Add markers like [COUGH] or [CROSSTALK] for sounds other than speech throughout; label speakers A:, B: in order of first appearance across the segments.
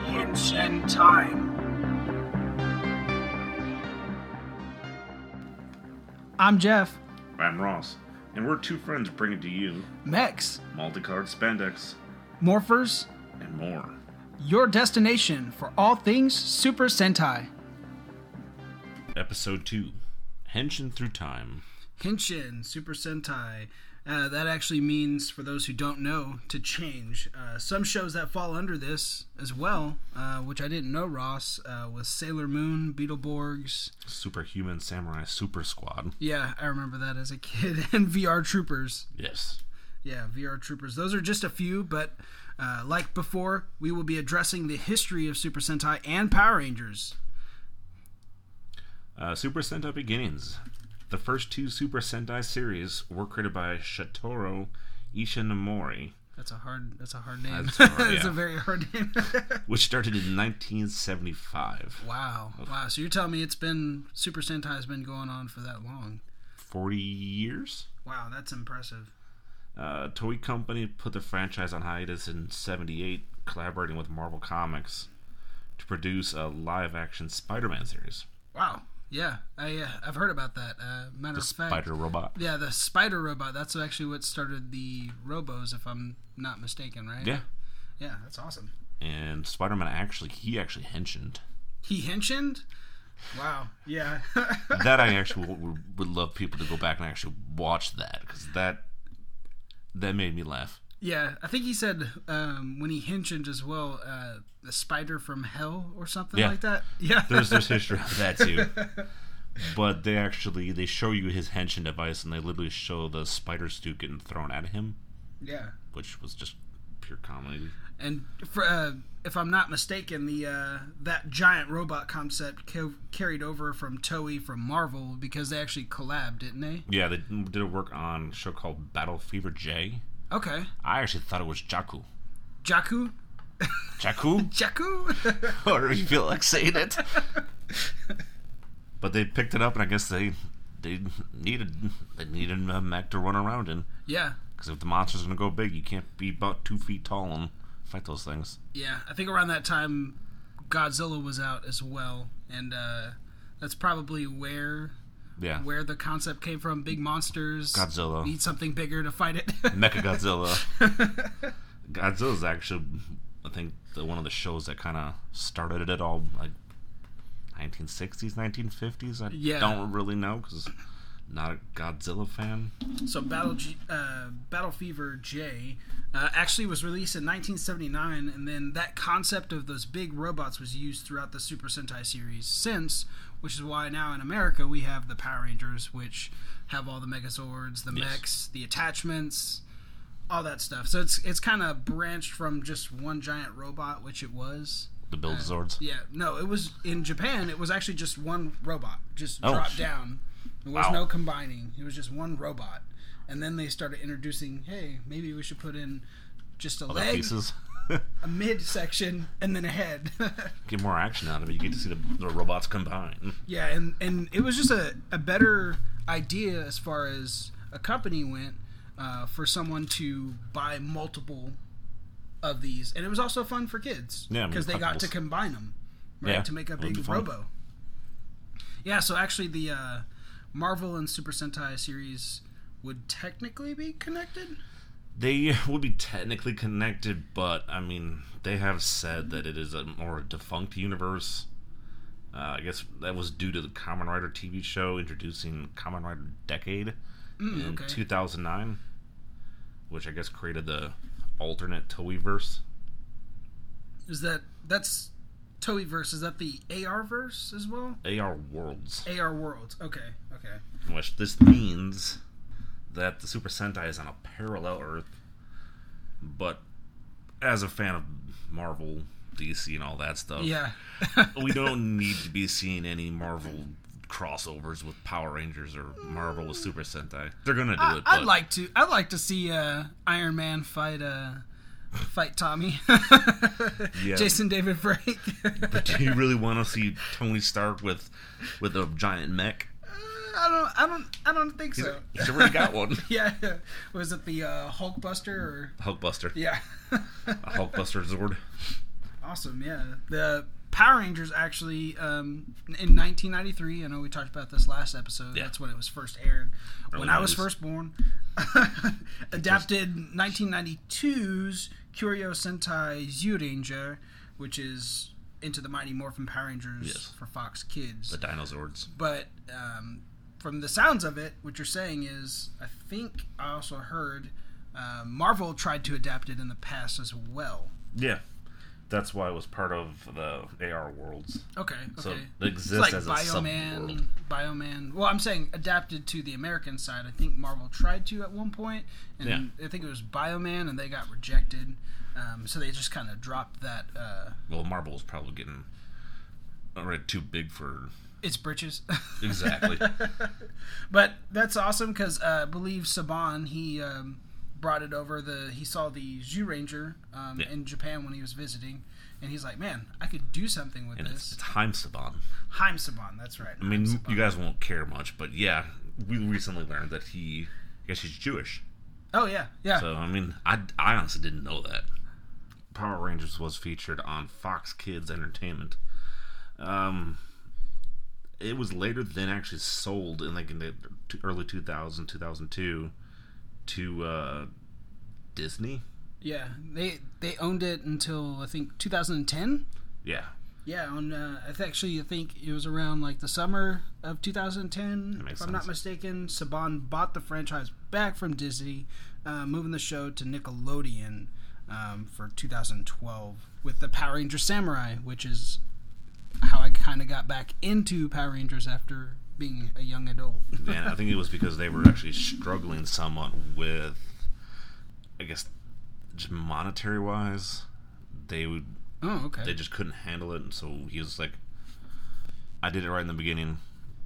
A: transcend time. I'm Jeff.
B: I'm Ross, and we're two friends bringing to you
A: Mex,
B: multicolored spandex
A: Morphers,
B: and more.
A: your destination for all things Super Sentai.
C: Episode 2 Henshin Through Time.
A: Henshin, Super Sentai. Uh, that actually means, for those who don't know, to change. Uh, some shows that fall under this as well, uh, which I didn't know, Ross, uh, was Sailor Moon, Beetleborgs.
C: Superhuman Samurai Super Squad.
A: Yeah, I remember that as a kid. [LAUGHS] And VR Troopers.
C: Yes.
A: Yeah, VR Troopers. Those are just a few, but uh, like before, we will be addressing the history of Super Sentai and Power Rangers.
C: Uh, Super Sentai Beginnings. The first two Super Sentai series were created by Satoru Ishinomori,
A: That's a hard. That's a hard name. [LAUGHS] That's,
C: That's hard,
A: a
C: yeah.
A: very hard name. [LAUGHS]
C: which started in 1975.
A: wow, wow. So you're telling me it's been Super Sentai has been going on for that long?
C: 40 years?
A: Wow, that's impressive.
C: Uh, Toei Company put the franchise on hiatus in 78, collaborating with Marvel Comics to produce a live action Spider Man series.
A: Wow. Yeah, I uh, I've heard about that. Uh, matter
C: The
A: of fact,
C: Spider Robot.
A: yeah, the spider robot. That's actually what started the Robos, if I'm not mistaken, right?
C: Yeah.
A: Yeah, that's awesome.
C: And Spider Man actually, he actually henchined.
A: He henchined. Wow. Yeah. [LAUGHS]
C: that I actually would, would love people to go back and actually watch that because that that made me laugh.
A: Yeah, I think he said um, when he henchined as well, uh, the spider from hell or something
C: Yeah.
A: like that. [LAUGHS] Yeah,
C: There's there's history of that too. [LAUGHS] But they actually they show you his henshin device and they literally show the spider stew getting thrown at him,
A: yeah.
C: which was just pure comedy.
A: And for, uh, if I'm not mistaken, the uh, that giant robot concept ca- carried over from Toei from Marvel because they actually collabed, didn't they?
C: Yeah, they did work on a show called Battle Fever J.
A: Okay,
C: I actually thought it was Jakku.
A: Jakku,
C: Jakku? [LAUGHS]
A: Jakku. [LAUGHS]
C: However you feel like saying it. But they picked it up and I guess they they needed they needed a mech to run around in.
A: yeah,
C: Because if the monster's gonna go big, you can't be about two feet tall and fight those things.
A: yeah. I think around that time, Godzilla was out as well, and uh, that's probably where
C: Yeah.
A: where the concept came from. Big monsters.
C: Godzilla.
A: Need something bigger to fight it.
C: Mecha Godzilla. Godzilla's actually, I think, the, one of the shows that kind of started it all, like 1960s, 1950s. I
A: Yeah.
C: don't really know because not a Godzilla fan.
A: [LAUGHS] so Battle G, uh, Battle Fever J uh, actually was released in 1979, and then that concept of those big robots was used throughout the Super Sentai series since, which is why now in America we have the Power Rangers, which have all the Megazords, the
C: Yes.
A: mechs, the attachments. All that stuff. So it's it's kind of branched from just one giant robot, which it was.
C: The Build Zords.
A: Yeah, no, it was in Japan. It was actually just one robot, just
C: Oh,
A: dropped
C: shit.
A: down. There was
C: Wow.
A: no combining. It was just one robot, and then they started introducing. Hey, maybe we should put in just a
C: All the
A: leg,
C: pieces. [LAUGHS]
A: a mid section, and then a head. [LAUGHS]
C: Get more action out of it. You get to see the, the robots combine.
A: yeah, and and it was just a a better idea as far as a company went uh, for someone to buy multiple of these, and it was also fun for kids.
C: Yeah, I mean,
A: because they got to
C: collectibles.
A: combine them. right?
C: Yeah,
A: to make a
C: it would be
A: big
C: fun.
A: robo. Yeah, so actually the uh, Marvel and Super Sentai series would technically be connected.
C: They would be technically connected, but I mean, they have said that it is a more defunct universe. Uh, I guess that was due to the Common Rider TV show introducing Common Rider Decade in
A: Hmm, okay.
C: 2009, which I guess created the alternate Toeiverse.
A: Is that that's Toei verse? Is that the AR verse as well?
C: AR Worlds,
A: AR worlds. Okay, okay.
C: which this means that the Super Sentai is on a parallel Earth, but as a fan of Marvel, DC, and all that stuff,
A: Yeah, [LAUGHS]
C: we don't need to be seeing any Marvel crossovers with Power Rangers or Marvel with Super Sentai. They're gonna do
A: I,
C: it.
A: I'd
C: but
A: like to. I'd like to see uh, Iron Man fight uh, fight Tommy, [LAUGHS]
C: Yeah.
A: Jason David Frank.
C: But do you really want to see Tony Stark with with a giant mech?
A: [LAUGHS] I don't. I don't. I don't think
C: He's,
A: so.
C: he's already got
A: [LAUGHS]
C: one.
A: Yeah. Was it the uh, Hulkbuster or?
C: Hulkbuster.
A: Yeah.
C: A Hulkbuster Zord.
A: Awesome, yeah. The Power Rangers actually um, in 1993. I know we talked about this last episode.
C: Yeah.
A: That's when it was first aired.
C: Early
A: when I was
C: 90s.
A: first born, [LAUGHS] adapted 1992's Curio Sentai Zyuranger, which is into the Mighty Morphin Power Rangers
C: Yes.
A: for Fox Kids
C: The dinosaurs.
A: but um, from the sounds of it, what you're saying is, I think I also heard uh, Marvel tried to adapt it in the past as well.
C: Yeah. That's why it was part of the AR worlds.
A: Okay, okay.
C: So it
A: it's
C: exists
A: like
C: as a subworld.
A: Bioman, Bioman. Well, I'm saying adapted to the American side. I think Marvel tried to at one point, and I think it was Bioman, and they got rejected. Um, so they just kind of dropped that. Uh,
C: Well, Marvel was probably getting already too big for
A: it's britches. [LAUGHS]
C: exactly.
A: But that's awesome because uh, I believe Saban he um, brought it over. The he saw the Zoo Ranger um,
C: Yeah.
A: in Japan when he was visiting, and he's like, "Man, I could do something with
C: and [LAUGHS] it's,
A: this."
C: it's Haim Saban.
A: Haim Saban, that's right.
C: I mean, you guys won't care much, but yeah, we recently learned that he, I guess he's Jewish.
A: oh yeah, yeah.
C: So I mean, I, I honestly didn't know that. Power Rangers was featured on Fox Kids Entertainment. Um, it was later then actually sold in like in the t- early 2000, 2002 to uh, Disney.
A: yeah, they they owned it until I think 2010.
C: Yeah,
A: Yeah, on uh, I th- actually I think it was around like the summer of 2010, if
C: makes
A: I'm not
C: sense.
A: mistaken. Saban bought the franchise back from Disney, uh, moving the show to Nickelodeon um, for 2012 with the Power Ranger Samurai, which is how I kind of got back into Power Rangers after being a young adult.
C: and I think it was because they were actually struggling somewhat with, I guess, just monetary wise. They would
A: oh, okay.
C: they just couldn't handle it, and so he was like, "I did it right in the beginning.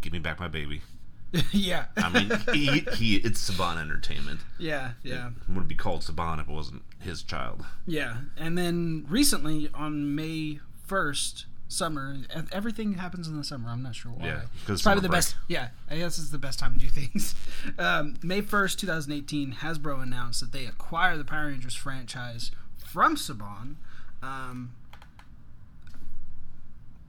C: Give me back my baby."
A: [LAUGHS] yeah.
C: I mean, he, he it's Saban Entertainment.
A: yeah, yeah.
C: It wouldn't be called Saban if it wasn't his child.
A: Yeah, and then recently on May first, summer. e- Everything happens in the summer. I'm not sure why.
C: Yeah, 'cause
A: it's probably
C: summer
A: the
C: break.
A: best. Yeah, I guess it's the best time to do things. [LAUGHS] Um, May first, 2018, Hasbro announced that they acquire the Power Rangers franchise from Saban. Um,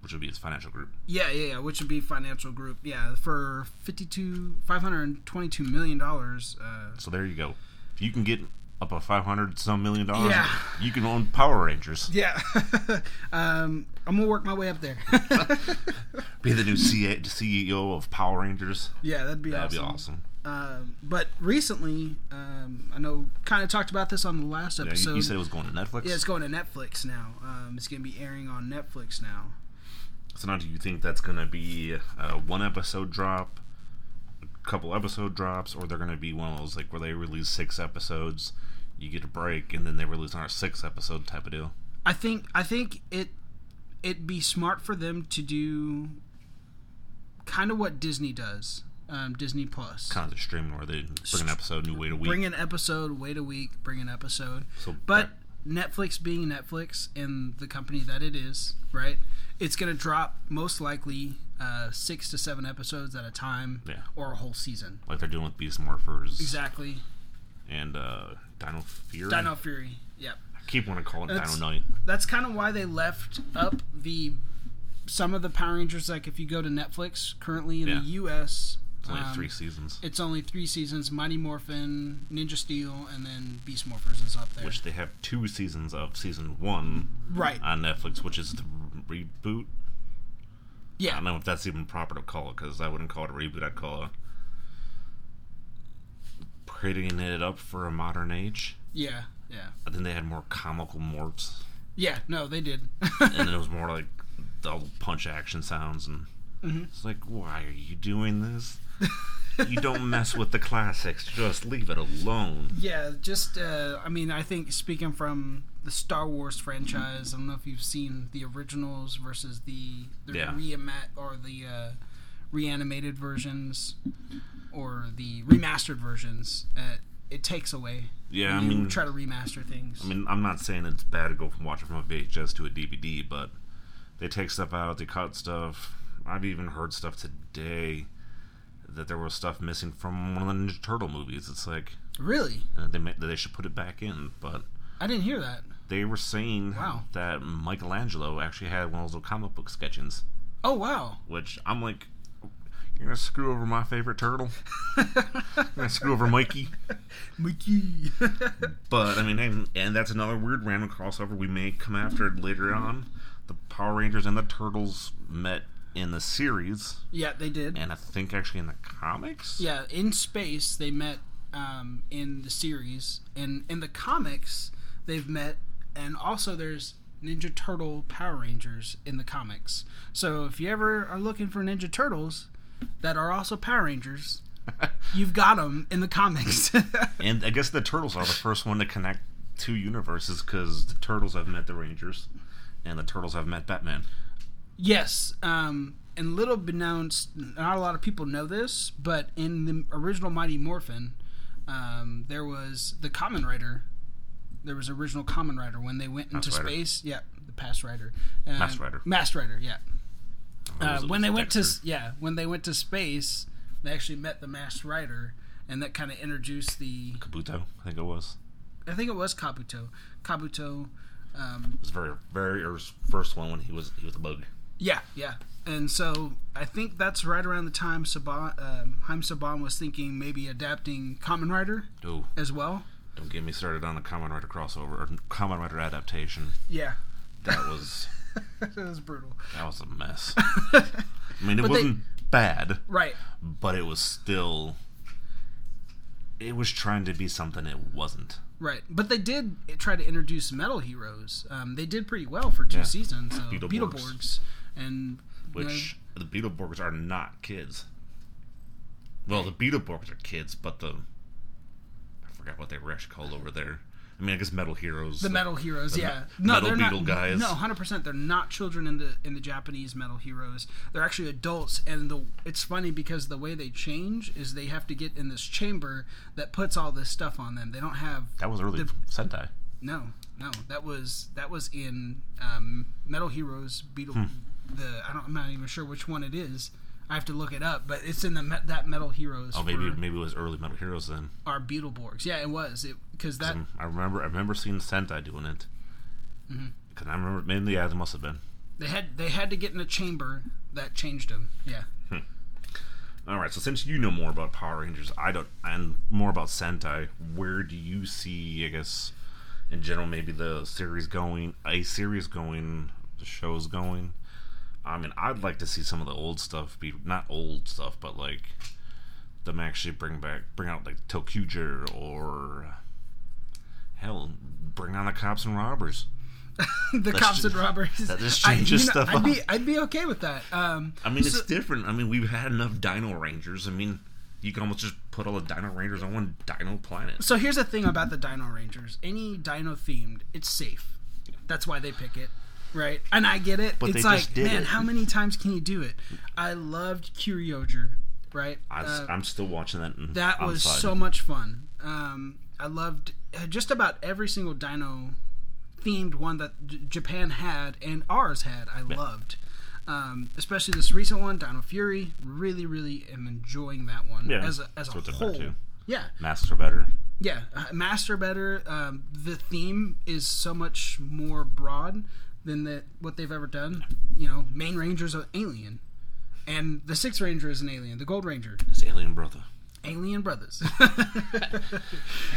C: Which would be his financial group.
A: yeah, yeah, yeah, which would be Financial Group. Yeah, for 52, 522 million dollars. Uh,
C: So there you go. If you can get up a five hundred some million dollars,
A: Yeah.
C: you can own Power Rangers.
A: yeah, [LAUGHS] um, I'm gonna work my way up
C: [LAUGHS]
A: there. [LAUGHS]
C: Be the new CA CEO of Power Rangers.
A: yeah, that'd be
C: That'd
A: awesome.
C: be awesome.
A: Um, but recently, um, I know kind of talked about this on the last
C: Yeah, you-
A: episode.
C: you, said it was going to Netflix.
A: yeah, it's going to Netflix now. Um, it's going to be airing on Netflix now.
C: So now, do you think that's going to be a one episode drop, a couple episode drops, or they're going to be one of those like where they release six episodes, you get a break, and then they release another six episode type of deal?
A: I think I think it it'd be smart for them to do kind of what Disney does, um, Disney Plus.
C: Kind of the streaming where they bring an episode, new way to week.
A: Bring an episode, wait a week, bring an episode.
C: So,
A: But Netflix being Netflix and the company that it is, right? It's going to drop most likely uh, six to seven episodes at a time
C: Yeah.
A: or a whole season.
C: like they're doing with Beast Morphers
A: Exactly.
C: and uh, Dino Fury.
A: Dino Fury. Yep.
C: I keep wanting to call it
A: That's-
C: Dino Knight.
A: That's kind of why they left up the some of the Power Rangers. Like if you go to Netflix currently in
C: Yeah.
A: the U.S.,
C: It's only
A: um,
C: three seasons,
A: It's only three seasons: Mighty Morphin, Ninja Steel, and then Beast Morphers is up there.
C: which they have two seasons of season one
A: right?
C: on Netflix, which is the re- reboot. I
A: yeah.
C: don't know if that's even proper to call it because I wouldn't call it a reboot. I'd call it prettying it up for a modern age.
A: Yeah. Yeah.
C: I think they had more comical morphs,
A: Yeah. No, they did. [LAUGHS]
C: and it was more like the old punch action sounds. And it's like, why are you doing this? you don't mess with the classics. Just leave it alone.
A: yeah. Just uh, I mean, I think speaking from the Star Wars franchise, I don't know if you've seen the originals versus the the
C: Yeah.
A: reima- or the uh, reanimated versions or the remastered versions. Uh, it takes away.
C: Yeah, I
A: when you
C: mean,
A: try to remaster things.
C: I mean, I'm not saying it's bad to go from watching from a VHS to a DVD, but they take stuff out, they cut stuff. I've even heard stuff today that there was stuff missing from one of the Ninja Turtle movies. It's like
A: really,
C: uh, they ma- that they should put it back in, but
A: I didn't hear that.
C: they were saying
A: Wow.
C: that Michelangelo actually had one of those comic book sketches,
A: Oh wow.
C: which I'm like, you're gonna screw over my favorite turtle. you're gonna screw over Mikey.
A: Mickey.
C: But I mean, and, and that's another weird random crossover we may come after later on. The Power Rangers and the Turtles met in the series,
A: yeah, they did.
C: and I think actually in the comics.
A: Yeah, in space they met um, in the series, and in the comics they've met, and also there's Ninja Turtle Power Rangers in the comics. So if you ever are looking for Ninja Turtles that are also Power Rangers, you've got them in the comics. [LAUGHS]
C: And I guess the Turtles are the first one to connect two universes because the Turtles have met the Rangers, and the Turtles have met Batman.
A: yes, um, and little beknownst, not a lot of people know this, but in the original Mighty Morphin, um, there was the Common Rider. There was original Common Rider when they went into
C: Past Rider.
A: space. Yeah, the Past Rider. Uh,
C: Mast Rider.
A: Mast Rider. Yeah. Uh,
C: Was it-
A: when
C: was
A: they
C: it
A: went to
C: Dexter?
A: s- yeah, when they went to space, they actually met the Mast Rider, and that kind of introduced the.
C: Kabuto, I think it was.
A: I think it was Kabuto. Kabuto. Um,
C: It was very very first- first one when he was he was a bug.
A: Yeah, yeah. And so I think that's right around the time Saban, um, Haim Saban was thinking maybe adapting Common Rider
C: Ooh,
A: as well.
C: don't get me started on the Common Rider crossover or Common Rider adaptation.
A: Yeah, [LAUGHS]
C: That was
A: that was brutal.
C: that was
A: [LAUGHS]
C: a mess. I mean, it
A: But they-
C: wasn't bad,
A: Right.
C: but it was still. It was trying to be something it wasn't.
A: Right, but they did try to introduce metal heroes. Um, they did pretty well for two
C: Yeah.
A: seasons. So
C: Beetleborgs.
A: Beetleborgs and you know,
C: which the Beetleborgs are not kids. Well, the Beetleborgs are kids, but the I forgot what they were actually called over there. I mean, I guess Metal Heroes.
A: the metal heroes,
C: the
A: yeah,
C: me- metal
A: they're
C: beetle
A: not,
C: guys.
A: No, hundred percent, they're not children in the in the Japanese metal heroes. They're actually adults, and the it's funny because the way they change is they have to get in this chamber that puts all this stuff on them. They don't have
C: That was early
A: the-
C: Sentai.
A: no, no. That was that was in um, Metal Heroes Beetle.
C: Hmm.
A: The I don't, I'm not even sure which one it is. I have to look it up, but it's in the me- that Metal Heroes
C: Oh, maybe
A: for
C: maybe it was early Metal Heroes then.
A: our Beetleborgs. Yeah, it was it because that
C: Um, I remember I remember seeing Sentai doing it.
A: Mm-hmm.
C: Because I remember mainly yeah, it must have been.
A: they had they had to get in a chamber that changed them. Yeah,
C: All right, so since you know more about Power Rangers, I don't, and more about Sentai, where do you see, I guess, in general, maybe the series going, a series going, the shows going? I mean, I'd like to see some of the old stuff be not old stuff, but like them actually bring back, bring out like Tokuger or hell, bring on the cops and robbers.
A: the cops
C: ju-
A: and robbers.
C: that just
A: I-
C: changes
A: you know,
C: stuff
A: I'd be
C: up.
A: I'd be okay with that. Um,
C: I mean, it's different. I mean, we've had enough Dino Rangers. I mean, you can almost just put all the Dino Rangers on one Dino planet.
A: so here's the thing about the Dino Rangers. Any Dino themed, it's safe. That's why they pick it, right? And I get it.
C: But
A: it's
C: they
A: like,
C: just did
A: man,
C: it.
A: how many times can you do it? I loved Curioger, right?
C: I,
A: Uh,
C: am still watching that. in-
A: that was
C: outside.
A: so much fun. Um, I loved uh, just about every single Dino themed one that J- Japan had and ours had. I loved. Um, especially this recent one, Dino Fury. Really, really am enjoying that one
C: Yeah,
A: as a, as a
C: that's what's up there,
A: whole.
C: too.
A: Yeah,
C: masks are better.
A: yeah, uh, master better. Um, the theme is so much more broad than that what they've ever done. You know, main ranger's an alien, and the sixth ranger is an alien. The gold ranger,
C: It's Alien Brother.
A: alien brothers. [LAUGHS]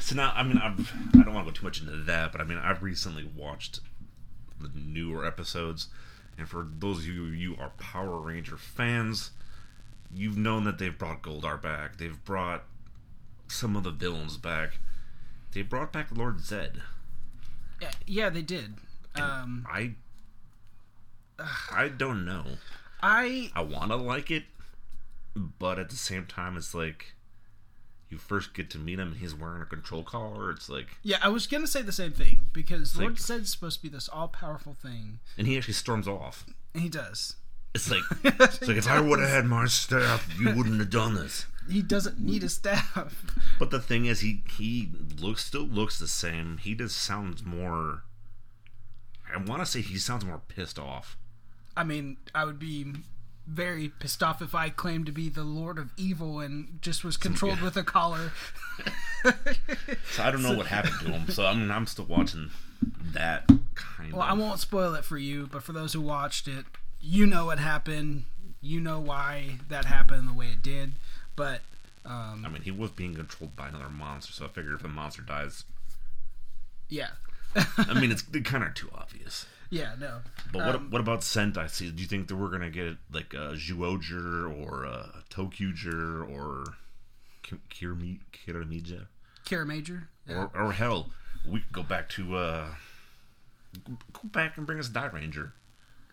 C: So now, I mean, I've, I don't want to go too much into that, but I mean, I've recently watched the newer episodes, and for those of you you are Power Ranger fans, you've known that they've brought Goldar back. They've brought some of the villains back. They brought back Lord Zed.
A: Yeah, yeah, they did. Um,
C: I I don't know.
A: I
C: I want to like it, but at the same time, it's like you first get to meet him and he's wearing a control collar. It's like,
A: yeah, I was gonna say the same thing because
C: like-
A: Lord Zed's supposed to be this all powerful thing,
C: and he actually storms off.
A: and he does.
C: It's like, it's like if I would have had my staff, you wouldn't have done this.
A: He doesn't need a staff.
C: But the thing is, he he looks still looks the same. He just sounds more. I want to say he sounds more pissed off.
A: I mean, I would be very pissed off if I claimed to be the Lord of Evil and just was controlled with a collar.
C: So I don't know what happened to him. So I'm I'm still watching that kind
A: Well, I
C: of.
A: won't spoil it for you, but for those who watched it, you know what happened. You know why that happened the way it did. But um,
C: I mean, he was being controlled by another monster, so I figured if the monster dies,
A: yeah,
C: I mean, it's kind of too obvious.
A: yeah, no.
C: But what
A: Um,
C: what about Sentai? See, do you think that we're gonna get like a Zhuoger or a Tokuger or Ki- Kirimi- Kirimija
A: Kara Major. Yeah.
C: or or hell, we could go back to uh, go- go back and bring us Die Ranger.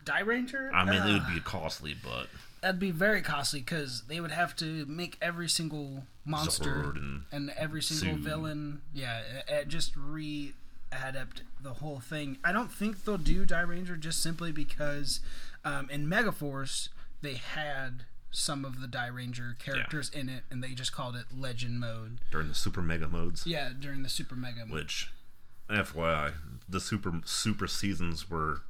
A: Die Ranger.
C: I mean,
A: Uh,
C: it would be costly, but
A: that'd be very costly because they would have to make every single monster
C: Zord and
A: and every single
C: Sue.
A: villain. Yeah, uh, uh, just re adapt the whole thing. I don't think they'll do Die Ranger just simply because um, in Megaforce they had some of the Die Ranger characters in it and they just called it Legend Mode.
C: during the Super Mega modes,
A: Yeah, during the Super Mega Mode.
C: which FYI, the Super Super seasons were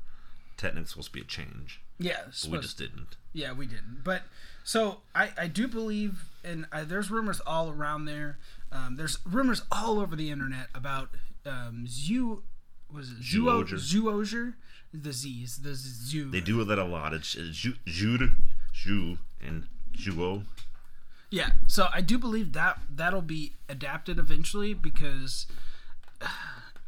C: technically supposed to be a change,
A: Yeah,
C: but we
A: supposed-
C: just didn't.
A: Yeah, we didn't. But so I, I do believe, and I, there's rumors all around there. Um, there's rumors all over the internet about um, Zoo. Was it Zuo-
C: Zoojer.
A: Zoojer? The Z's, the zoo.
C: They do that a lot. It's it's Zhu Zhu Zhu and Zhuo.
A: Yeah, so I do believe that that'll be adapted eventually because I,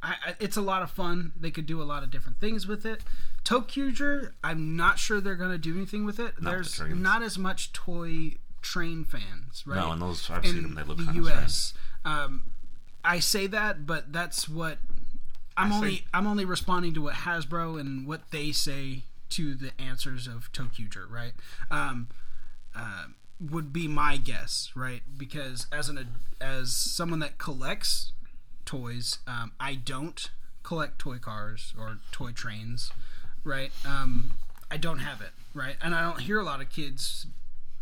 A: I, it's a lot of fun. They could do a lot of different things with it. Tokuger, I'm not sure they're going to do anything with it.
C: the
A: There's
C: trains.
A: not as much toy train fans, right?
C: No, and those I've
A: in
C: seen them. They look
A: the
C: kind
A: U.S. Um, I say that, but that's what I'm
C: I
A: only
C: see.
A: I'm only responding to what Hasbro and what they say to the answers of Tokuger, right? Um, uh, would be my guess, right? Because as an as someone that collects toys, um, I don't collect toy cars or toy trains, right? Um, I don't have it, right? And I don't hear a lot of kids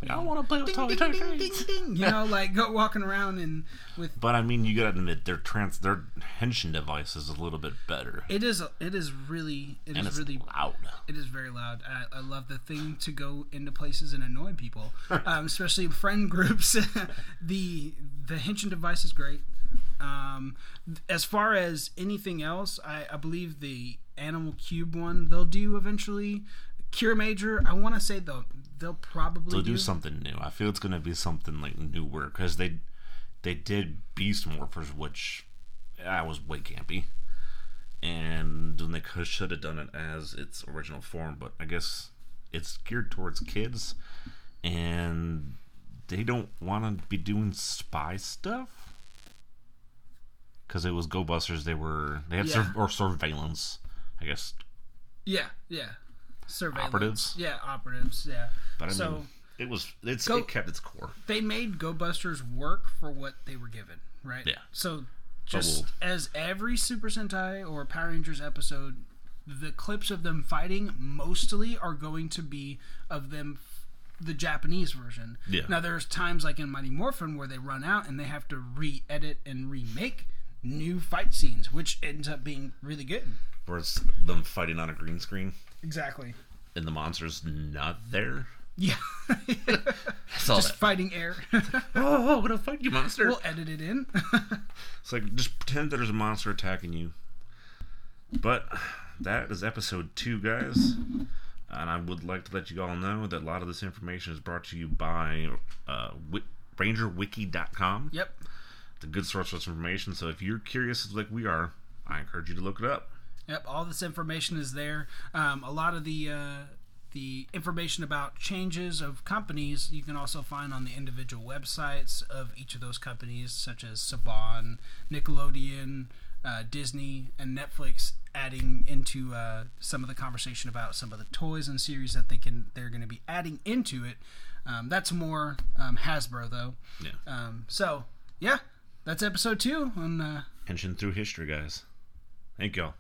C: I want to play with
A: ding, ding, ding, ding, ding, you know, like go walking around and with
C: But I mean, you gotta admit their trans their henshin device is a little bit better,
A: it is it is really it
C: and
A: is
C: it's
A: really
C: loud.
A: it is very loud. I, I love the thing to go into places and annoy people, um, especially friend groups. [LAUGHS] the the Henshin device is great. Um, th- as far as anything else, I, I believe the Animal Cube one they'll do eventually. Cure Major, I want to say they'll they'll probably
C: They'll
A: do,
C: do something new. I feel it's gonna be something like newer because they they did Beast Morphers, which I was way campy, and then they could, should have done it as its original form. But I guess it's geared towards kids, and they don't want to be doing spy stuff because it was Go Busters. They were they had sur-
A: Yeah.
C: or surveillance, I guess,
A: yeah yeah surveillance
C: Operatives?
A: yeah operatives yeah
C: But I
A: so.
C: mean, it was it's
A: Go-
C: it kept its core.
A: they made Go Busters work for what they were given, right?
C: Yeah.
A: So just
C: we'll-
A: as every Super Sentai or Power Rangers episode, the clips of them fighting mostly are going to be of them the Japanese version.
C: Yeah.
A: Now there's times like in Mighty Morphin where they run out and they have to re-edit and remake new fight scenes, which ends up being really good.
C: Where it's them fighting on a green screen
A: Exactly.
C: and the monster's not there.
A: Yeah. [LAUGHS]
C: That's all
A: just
C: that.
A: fighting air. [LAUGHS]
C: oh, I'm gonna fight you, monster!
A: we'll edit it in. [LAUGHS]
C: it's like just pretend that there's a monster attacking you. But that is episode two, guys. And I would like to let you all know that a lot of this information is brought to you by uh, wi- RangerWiki.com.
A: yep.
C: It's a good source for this information. So if you're curious like we are, I encourage you to look it up.
A: Yep, all this information is there. Um, a lot of the uh, the information about changes of companies you can also find on the individual websites of each of those companies, such as Saban, Nickelodeon, uh, Disney, and Netflix. Adding into uh, some of the conversation about some of the toys and series that they can they're going to be adding into it. Um, that's more um, Hasbro though.
C: Yeah.
A: Um, so yeah, that's episode two on. Uh,
C: Henshin through history, guys. Thank y'all.